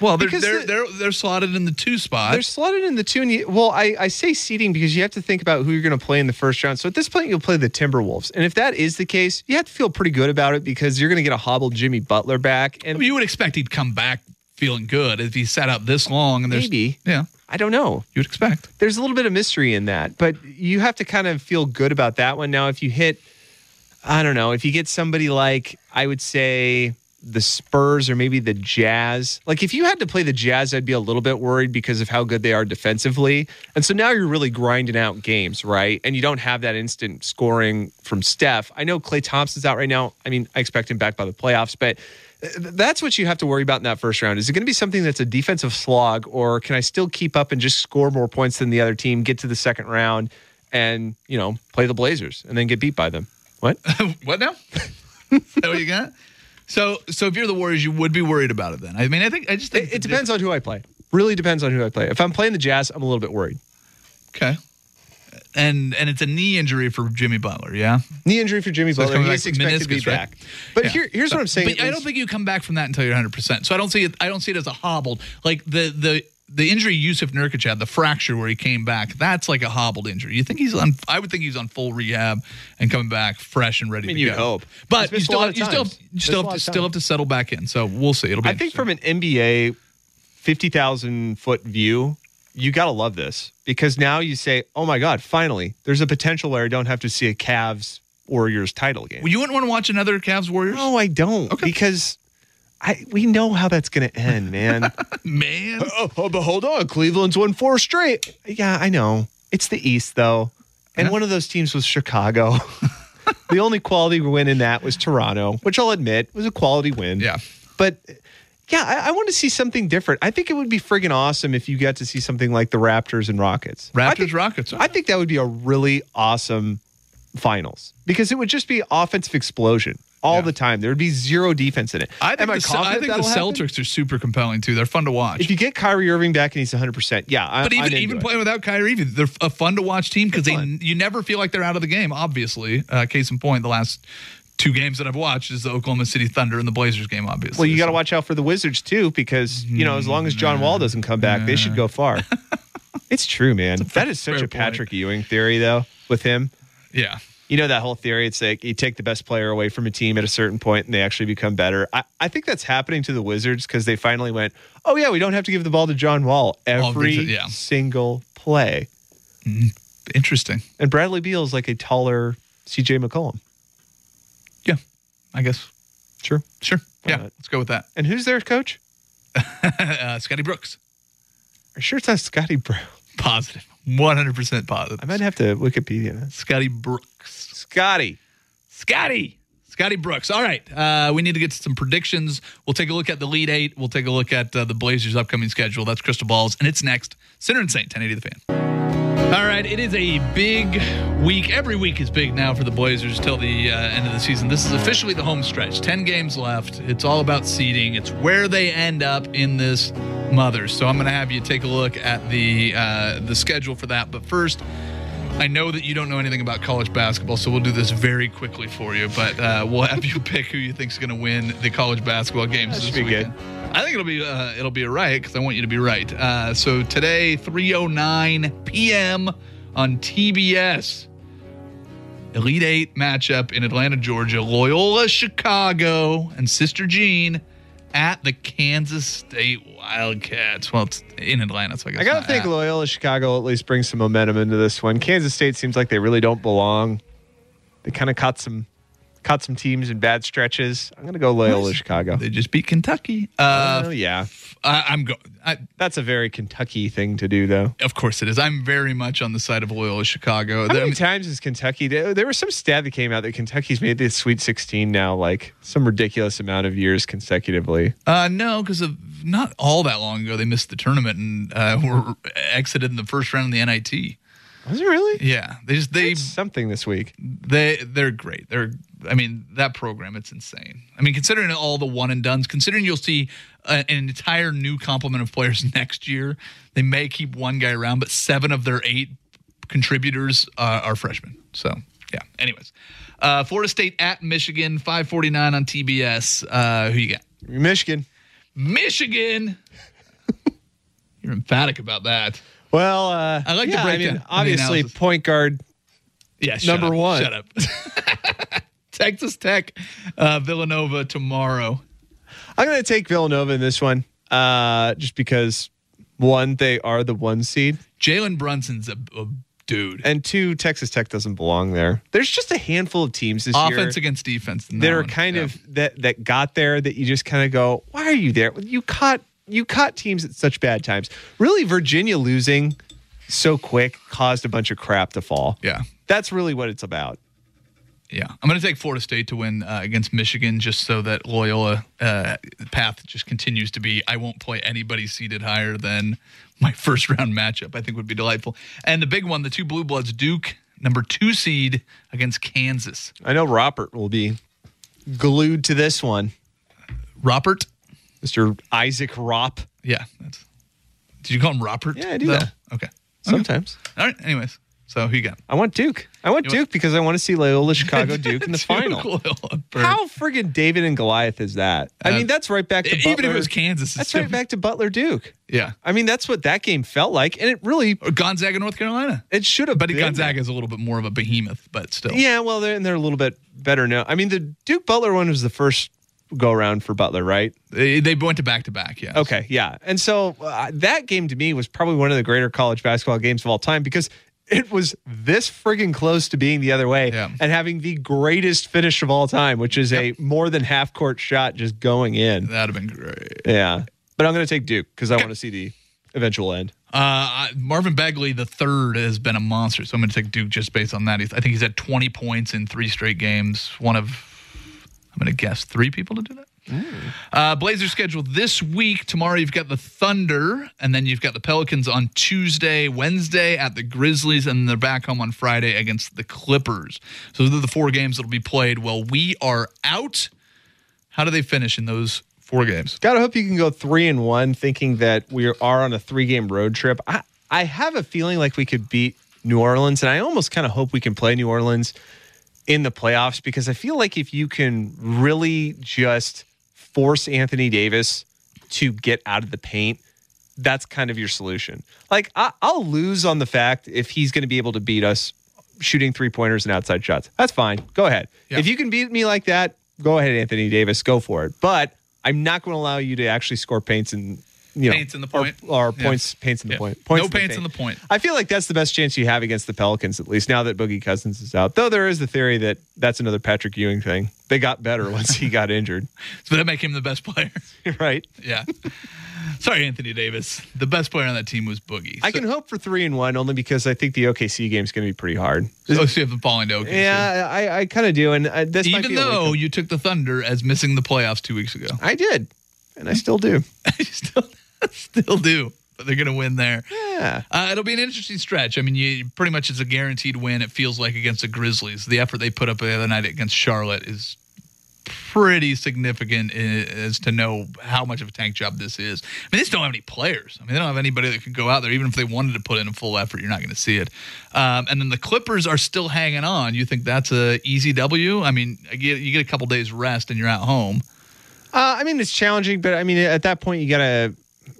D: Well, they're
E: Because
D: they're,
E: the-
D: they're they're slotted in the two spot.
E: They're slotted in the two. And you, well, I, I say seeding because you have to think about who you're going to play in the first round. So at this point, you'll play the Timberwolves, and if that is the case, you have to feel pretty good about it because you're going to get a hobbled Jimmy Butler back.
D: I
E: And
D: mean, you would expect he'd come back feeling good if he sat out this long. And there's
E: Maybe.
D: yeah,
E: I don't know.
D: you would expect.
E: there's a little bit of mystery in that, but you have to kind of feel good about that one. Now, if you hit, I don't know, if you get somebody like, I would say the Spurs or maybe the Jazz, like if you had to play the Jazz, I'd be a little bit worried because of how good they are defensively. And so now you're really grinding out games, right? And you don't have that instant scoring from Steph. I know Clay Thompson's out right now. I mean, I expect him back by the playoffs, but uh, th- that's what you have to worry about in that first round. Is it going to be something that's a defensive slog, or can I still keep up and just score more points than the other team, get to the second round, and you know play the Blazers and then get beat by them? What?
D: what now? Is that what you got? So so if you're the Warriors, you would be worried about it then. I mean, I think I just think
E: it, it depends on who I play. Really depends on who I play. If I'm playing the Jazz, I'm a little bit worried.
D: Okay. And and it's a knee injury for Jimmy Butler, yeah.
E: Knee injury for Jimmy
D: So it's
E: Butler.
D: coming
E: He's
D: back
E: expected to be
D: meniscus, right?
E: back. But
D: Yeah.
E: here, here's what I'm saying.
D: But
E: at
D: I don't
E: least-
D: think you come back from that until you're 100. percent So I don't see it. I don't see it as a hobbled like the the the injury Yusuf Nurkic had, the fracture where he came back. That's like a hobbled injury. You think he's on? I would think he's on full rehab and coming back fresh and ready.
E: mean,
D: to
E: you'd
D: go.
E: hope. He's
D: but you
E: missed a
D: still
E: lot of
D: you still
E: times.
D: you
E: Missed
D: still
E: a lot
D: have to,
E: of
D: still have to settle back in. So we'll see. It'll be.
E: I think
D: interesting.
E: from an NBA 50,000 foot view, you got to love this because now you say, oh my God, finally, there's a potential where I don't have to see a Cavs Warriors title game.
D: Well, you wouldn't want to watch another Cavs Warriors.
E: no, I don't. Because I we know how that's going to end, man.
D: man.
E: oh, oh, but hold on. Cleveland's won four straight. Yeah, I know. It's the East, though. And one of those teams was Chicago. the only quality win in that was Toronto, which I'll admit was a quality win.
D: Yeah.
E: But yeah, I, I want to see something different. I think it would be friggin' awesome if you got to see something like the Raptors and Rockets. I
D: Raptors,
E: think-
D: Rockets.
E: I think that would be a really awesome finals because it would just be offensive explosion all the time. There would be zero defense in it.
D: I think
E: Am
D: the, Ce- I
E: confident
D: think the
E: that'll happen?
D: Celtics are super compelling too. They're fun to watch.
E: If you get Kyrie Irving back and he's 100%, yeah. I,
D: But
E: I'm
D: even
E: into
D: even
E: it.
D: playing without Kyrie, even they're a fun to watch team because they you never feel like they're out of the game. Obviously, uh, case in point, the last two games that I've watched is the Oklahoma City Thunder and the Blazers game. Obviously,
E: Well, you got to
D: So-
E: watch out for the Wizards too, because you know as long as John Wall doesn't come back, they should go far. it's true, man. that is such
D: fair
E: a Patrick
D: point.
E: Ewing theory, though. With him,
D: Yeah,
E: you know that whole theory. It's like you take the best player away from a team at a certain point, and they actually become better. I, I think that's happening to the Wizards because they finally went, oh yeah, we don't have to give the ball to John Wall
D: All
E: every
D: these- yeah.
E: single play.
D: interesting.
E: And Bradley Beal is like a taller C.J. McCollum.
D: Yeah, I guess.
E: Sure.
D: Sure. yeah,
E: not?
D: let's go with that.
E: And who's their coach?
D: Uh, Scotty Brooks,
E: I'm sure it's not Scotty Brown.
D: positive, one hundred percent positive.
E: I might have to Wikipedia that.
D: Scotty Brooks.
E: Scotty.
D: Scotty. Scotty Brooks. All right. Uh, we need to get to some predictions. We'll take a look at the lead eight. We'll take a look at uh, the Blazers' upcoming schedule. That's Crystal Balls, and it's next. Center and Saint, 1080 the fan. All right, it is a big week. Every week is big now for the Blazers till the uh, end of the season. This is officially the home stretch. 10 games left. It's all about seeding, it's where they end up in this mother. So I'm going to have you take a look at the uh, the schedule for that. But first, I know that you don't know anything about college basketball, so we'll do this very quickly for you. But uh, we'll have you pick who you think's going to win the college basketball games this
E: should be
D: weekend. I think it'll be uh, it'll be a riot because I want you to be right. Uh, so today, 3:09 p.m. on TBS, Elite Eight matchup in Atlanta, Georgia, Loyola Chicago, and Sister Jean at the Kansas State Wildcats. Well, it's in Atlanta, so I guess
E: I gotta
D: not
E: think
D: at.
E: Loyola Chicago at least brings some momentum into this one. Kansas State seems like they really don't belong. They kind of caught some caught some teams in bad stretches. I'm gonna go Loyola Chicago.
D: They just beat Kentucky. Uh,
E: oh yeah,
D: I, I'm go. I,
E: that's a very Kentucky thing to do, though.
D: of course it is. I'm very much on the side of Loyola Chicago.
E: How
D: They- I
E: many
D: mean,
E: times has Kentucky? There there was some stat that came out that Kentucky's made the Sweet 16 now, like some ridiculous amount of years consecutively.
D: uh, no, because of not all that long ago, they missed the tournament and uh, were exited in the first round of the NIT.
E: Was it really?
D: Yeah, they just they
E: It's something this week.
D: they they're great. They're I mean that program it's insane. I mean considering all the one and duns, considering you'll see a, an entire new complement of players next year, they may keep one guy around, but seven of their eight contributors uh, are freshmen. So yeah. Anyways, uh, Florida State at Michigan, five forty nine on TBS. Uh, who you got?
E: Michigan.
D: Michigan. You're emphatic about that.
E: Well, uh,
D: I like the
E: yeah, I
D: breakdown
E: mean,
D: and the
E: obviously,
D: analysis.
E: point guard.
D: Yes.
E: Number one.
D: Shut up. Texas Tech, uh, Villanova tomorrow.
E: I'm going to take Villanova in this one, uh, just because one, they are the one seed,
D: Jalen Brunson's a, a dude.
E: and two, Texas Tech doesn't belong there. There's just a handful of teams this year.
D: Offense against defense. in
E: that are
D: one.
E: kind
D: Yeah.
E: of that that got there that you just kind of go, why are you there? You caught you caught teams at such bad times. Really, Virginia losing so quick caused a bunch of crap to fall.
D: Yeah.
E: That's really what it's about.
D: Yeah. I'm going to take Florida State to win uh, against Michigan just so that Loyola uh, path just continues to be I won't play anybody seated higher than my first round matchup, I think would be delightful. And the big one, the two Blue Bloods, Duke, number two seed against Kansas.
E: I know Robert will be glued to this one.
D: Robert?
E: Mr. Isaac Rop.
D: Yeah. That's, did you call him Robert?
E: Yeah, I do
D: though?
E: that.
D: Okay.
E: Sometimes.
D: All right. Anyways, so who you got?
E: I want Duke. I want
D: You
E: Duke
D: want-
E: because I want to see Loyola Chicago Duke in the
D: Duke,
E: final.
D: Loyola, Bird.
E: How friggin' David and Goliath is that? I
D: Uh,
E: mean, that's right back to
D: Even if it
E: Butler-
D: was Kansas, it's
E: That's
D: still-
E: right back to Butler Duke.
D: Yeah.
E: I mean, that's what that game felt like, and it really
D: Or Gonzaga, North Carolina.
E: it should have.
D: But
E: been
D: Gonzaga is a little bit more of a behemoth, but still.
E: Yeah, well, they're and they're a little bit better now. I mean, the Duke Butler one was the first go around for Butler, right?
D: They, they went to back to back, yeah.
E: Okay, yeah, and so uh, that game to me was probably one of the greater college basketball games of all time because it was this friggin' close to being the other way
D: Yeah.
E: and having the greatest finish of all time, which is a more than half court shot just going in.
D: That'd have been great.
E: Yeah, but I'm gonna take Duke because I want to see the eventual end.
D: Uh, I- Marvin Bagley, the third, has been a monster. So I'm going to take Duke just based on that. He's, I think he's had 20 points in three straight games. One of, I'm going to guess, three people to do that. Uh, Blazers schedule this week. Tomorrow you've got the Thunder, and then you've got the Pelicans on Tuesday, Wednesday at the Grizzlies, and they're back home on Friday against the Clippers. So those are the four games that'll be played. Well, we are out. How do they finish in those four games?
E: Gotta hope you can go three and one, thinking that we are on a three game road trip. I, I have a feeling like we could beat New Orleans, and I almost kind of hope we can play New Orleans in the playoffs because I feel like if you can really just force Anthony Davis to get out of the paint, that's kind of your solution. Like, I, I'll lose on the fact if he's going to be able to beat us shooting three pointers and outside shots. That's fine. Go ahead.
D: Yeah.
E: If you can beat me like that, go ahead, Anthony Davis. Go for it. But I'm not going to allow you to actually score paints and you know
D: Paints in the
E: or-
D: point.
E: or,
D: Yeah.
E: points paints in the
D: Yeah.
E: point.
D: No paints in the point.
E: I feel like that's the best chance you have against the Pelicans, at least now that Boogie Cousins is out. Though there is the theory that that's another Patrick Ewing thing. They got better once he got injured,
D: So that make him the best player.
E: right?
D: Yeah. Sorry, Anthony Davis. The best player on that team was Boogie.
E: I can hope for three and one only because I think the OKC game is going to be pretty hard.
D: So, Oh, so you have the falling to OKC.
E: Yeah, I, I kind of do, and uh, this might
D: Even
E: be a wake-up
D: though you took the Thunder as missing the playoffs two weeks ago,
E: I did, and I still do.
D: you still still do, but they're going to win there.
E: Yeah,
D: Uh, it'll be an interesting stretch. I mean, you pretty much it's a guaranteed win. It feels like against the Grizzlies, the effort they put up the other night against Charlotte is pretty significant i- as to know how much of a tank job this is. I mean, they just don't have any players. I mean, they don't have anybody that could go out there. Even if they wanted to put in a full effort, you're not going to see it. Um, and then the Clippers are still hanging on. You think that's a easy W? I mean, I get- you get a couple days rest and you're at home.
E: uh, I mean it's challenging, but I mean at that point you gotta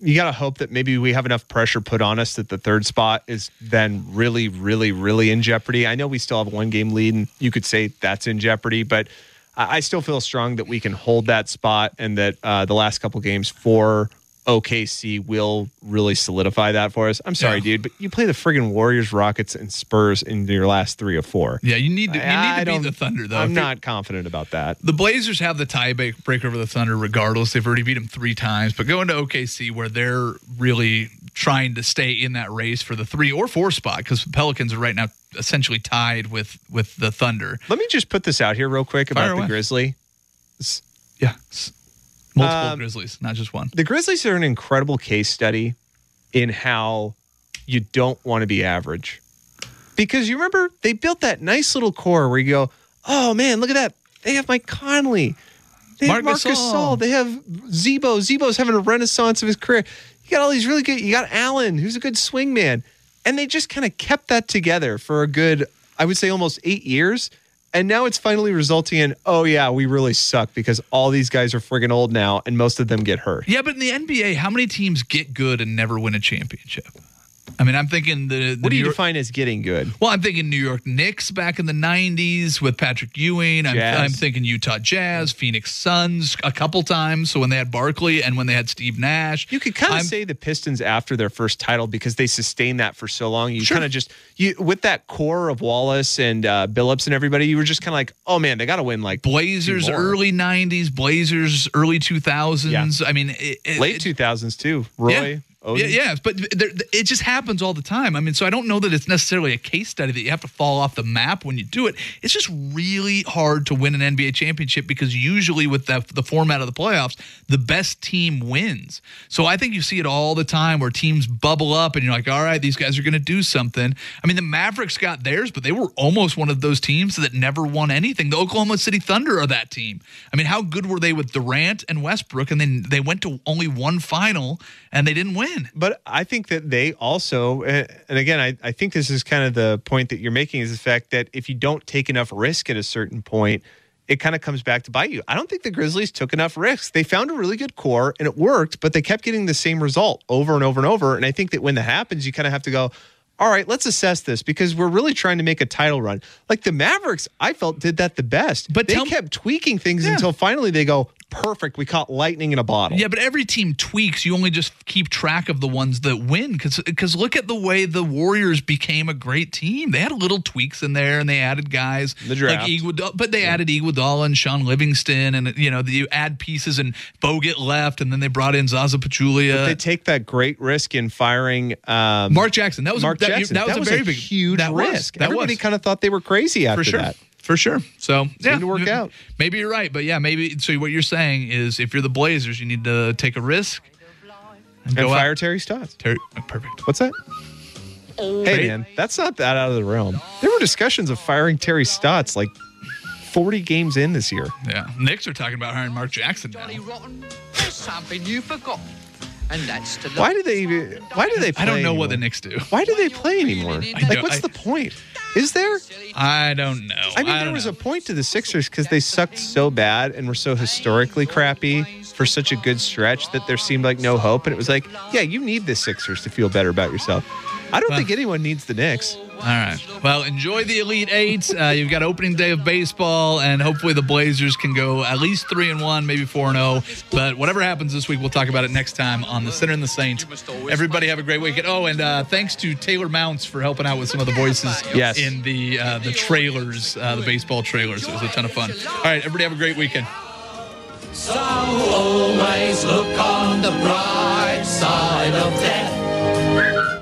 E: you gotta hope that maybe we have enough pressure put on us that the third spot is then really, really, really in jeopardy. I know we still have a one game lead, and you could say that's in jeopardy, but I, I still feel strong that we can hold that spot and that uh, the last couple games for OKC will really solidify that for us. I'm sorry,
D: Yeah.
E: dude, but you play the friggin' Warriors, Rockets, and Spurs in your last three or four.
D: Yeah, you need to you
E: I
D: need to
E: don't-
D: beat the Thunder though.
E: I'm
D: If you're-
E: not confident about that.
D: The Blazers have the tie break break over the Thunder regardless. They've already beat them three times, but going to OKC where they're really trying to stay in that race for the three or four spot because the Pelicans are right now essentially tied with with the Thunder.
E: Let me just put this out here real quick about
D: Fire
E: the
D: away.
E: Grizzly.
D: Yeah, s- multiple
E: Um,
D: Grizzlies, not just one.
E: The Grizzlies are an incredible case study in how you don't want to be average. Because you remember they built that nice little core where you go, oh man, look at that. They have Mike Conley. They have
D: Marc
E: Marc
D: Gasol.
E: Gasol. They have Zebo. Zebo's having a renaissance of his career. You got all these really good. You got Allen, who's a good swing man. And they just kind of kept that together for a good, I would say almost eight years. And now it's finally resulting in, oh yeah, we really suck because all these guys are friggin' old now and most of them get hurt.
D: Yeah, but in the NBA, how many teams get good and never win a championship? I mean, I'm thinking the, the
E: What do you
D: New York-
E: define as getting good?
D: Well, I'm thinking New York Knicks back in the 90s with Patrick Ewing. I'm,
E: Jazz.
D: I'm thinking Utah Jazz, Phoenix Suns a couple times. So when they had Barkley and when they had Steve Nash.
E: You could kind of
D: I'm-
E: say the Pistons after their first title because they sustained that for so long. You
D: Sure.
E: kind of just you with that core of Wallace and uh, Billups and everybody. You were just kind of like, oh man, they got to win like
D: Blazers
E: More.
D: early 90s, Blazers early 2000s. I mean, it, it,
E: late
D: it-
E: two thousands too. Roy,
D: Yeah.
E: Oden.
D: yeah, yeah, but there, it just happens all the time. I mean, so I don't know that it's necessarily a case study that you have to fall off the map when you do it. It's just really hard to win an NBA championship because usually with the, the format of the playoffs, the best team wins. So I think you see it all the time where teams bubble up and you're like, all right, these guys are going to do something. I mean, the Mavericks got theirs, but they were almost one of those teams that never won anything. The Oklahoma City Thunder are that team. I mean, how good were they with Durant and Westbrook? And then they went to only one final and they didn't win.
E: But I think that they also, uh, and again, I, I think this is kind of the point that you're making is the fact that if you don't take enough risk at a certain point, it kind of comes back to bite you. I don't think the Grizzlies took enough risks. They found a really good core and it worked, but they kept getting the same result over and over and over. And I think that when that happens, you kind of have to go, all right, let's assess this because we're really trying to make a title run. Like the Mavericks, I felt did that the best.
D: But
E: they
D: tell-
E: kept tweaking things until finally they go, perfect. We caught lightning in a bottle.
D: Yeah, but every team tweaks. You only just keep track of the ones that win. Because look at the way the Warriors became a great team. They had little tweaks in there, and they added guys
E: The draft.
D: like Iguodala. But they added Iguodala and Sean Livingston, and you know the, you add pieces, and Bogut left, and then they brought in Zaza
E: they
D: Pachulia.
E: take that great risk in firing um,
D: Uh, Mark Jackson. That was
E: Mark
D: that,
E: Jackson.
D: That was a very big,
E: huge
D: that was-
E: risk.
D: that
E: Everybody
D: was.
E: kind of thought they were crazy after
D: for sure.
E: that.
D: For sure. So yeah,
E: to work
D: m-
E: out.
D: Maybe you're right, but yeah, maybe. So what you're saying is, if you're the Blazers, you need to take a risk and,
E: And
D: go
E: fire
D: out.
E: Terry Stotts.
D: Terry- perfect.
E: What's that? Hey man, that's not that out of the realm. There were discussions of firing Terry Stotts like 40 games in this year.
D: Yeah, Knicks are talking about hiring Mark Jackson now.
B: Rotten, there's something you forgot. And that's to
E: Why do they? even- Why do they? Play
D: I don't know what the
E: anymore?
D: Knicks do.
E: Why do they play anymore? Like,
D: don't-
E: what's
D: I-
E: the point? Is there?
D: I don't know.
E: I mean, there
D: don't
E: was
D: know.
E: a point to the Sixers because they sucked so bad and were so historically crappy for such a good stretch that there seemed like no hope. And it was like, yeah, you need the Sixers to feel better about yourself. I don't
D: Well-
E: think anyone needs the Knicks.
D: All right. Well, enjoy the Elite Eight. Uh, you've got opening day of baseball, and hopefully the Blazers can go at least three and one, maybe four and zero. But whatever happens this week, we'll talk about it next time on the Center and the Saints. Everybody have a great weekend. Oh, and uh, thanks to Taylor Mounts for helping out with some of the voices
E: Yes.
D: in the uh, the trailers, uh, the baseball trailers. It was a ton of fun. All right, everybody have a great weekend.
I: So always look on the bright side of death.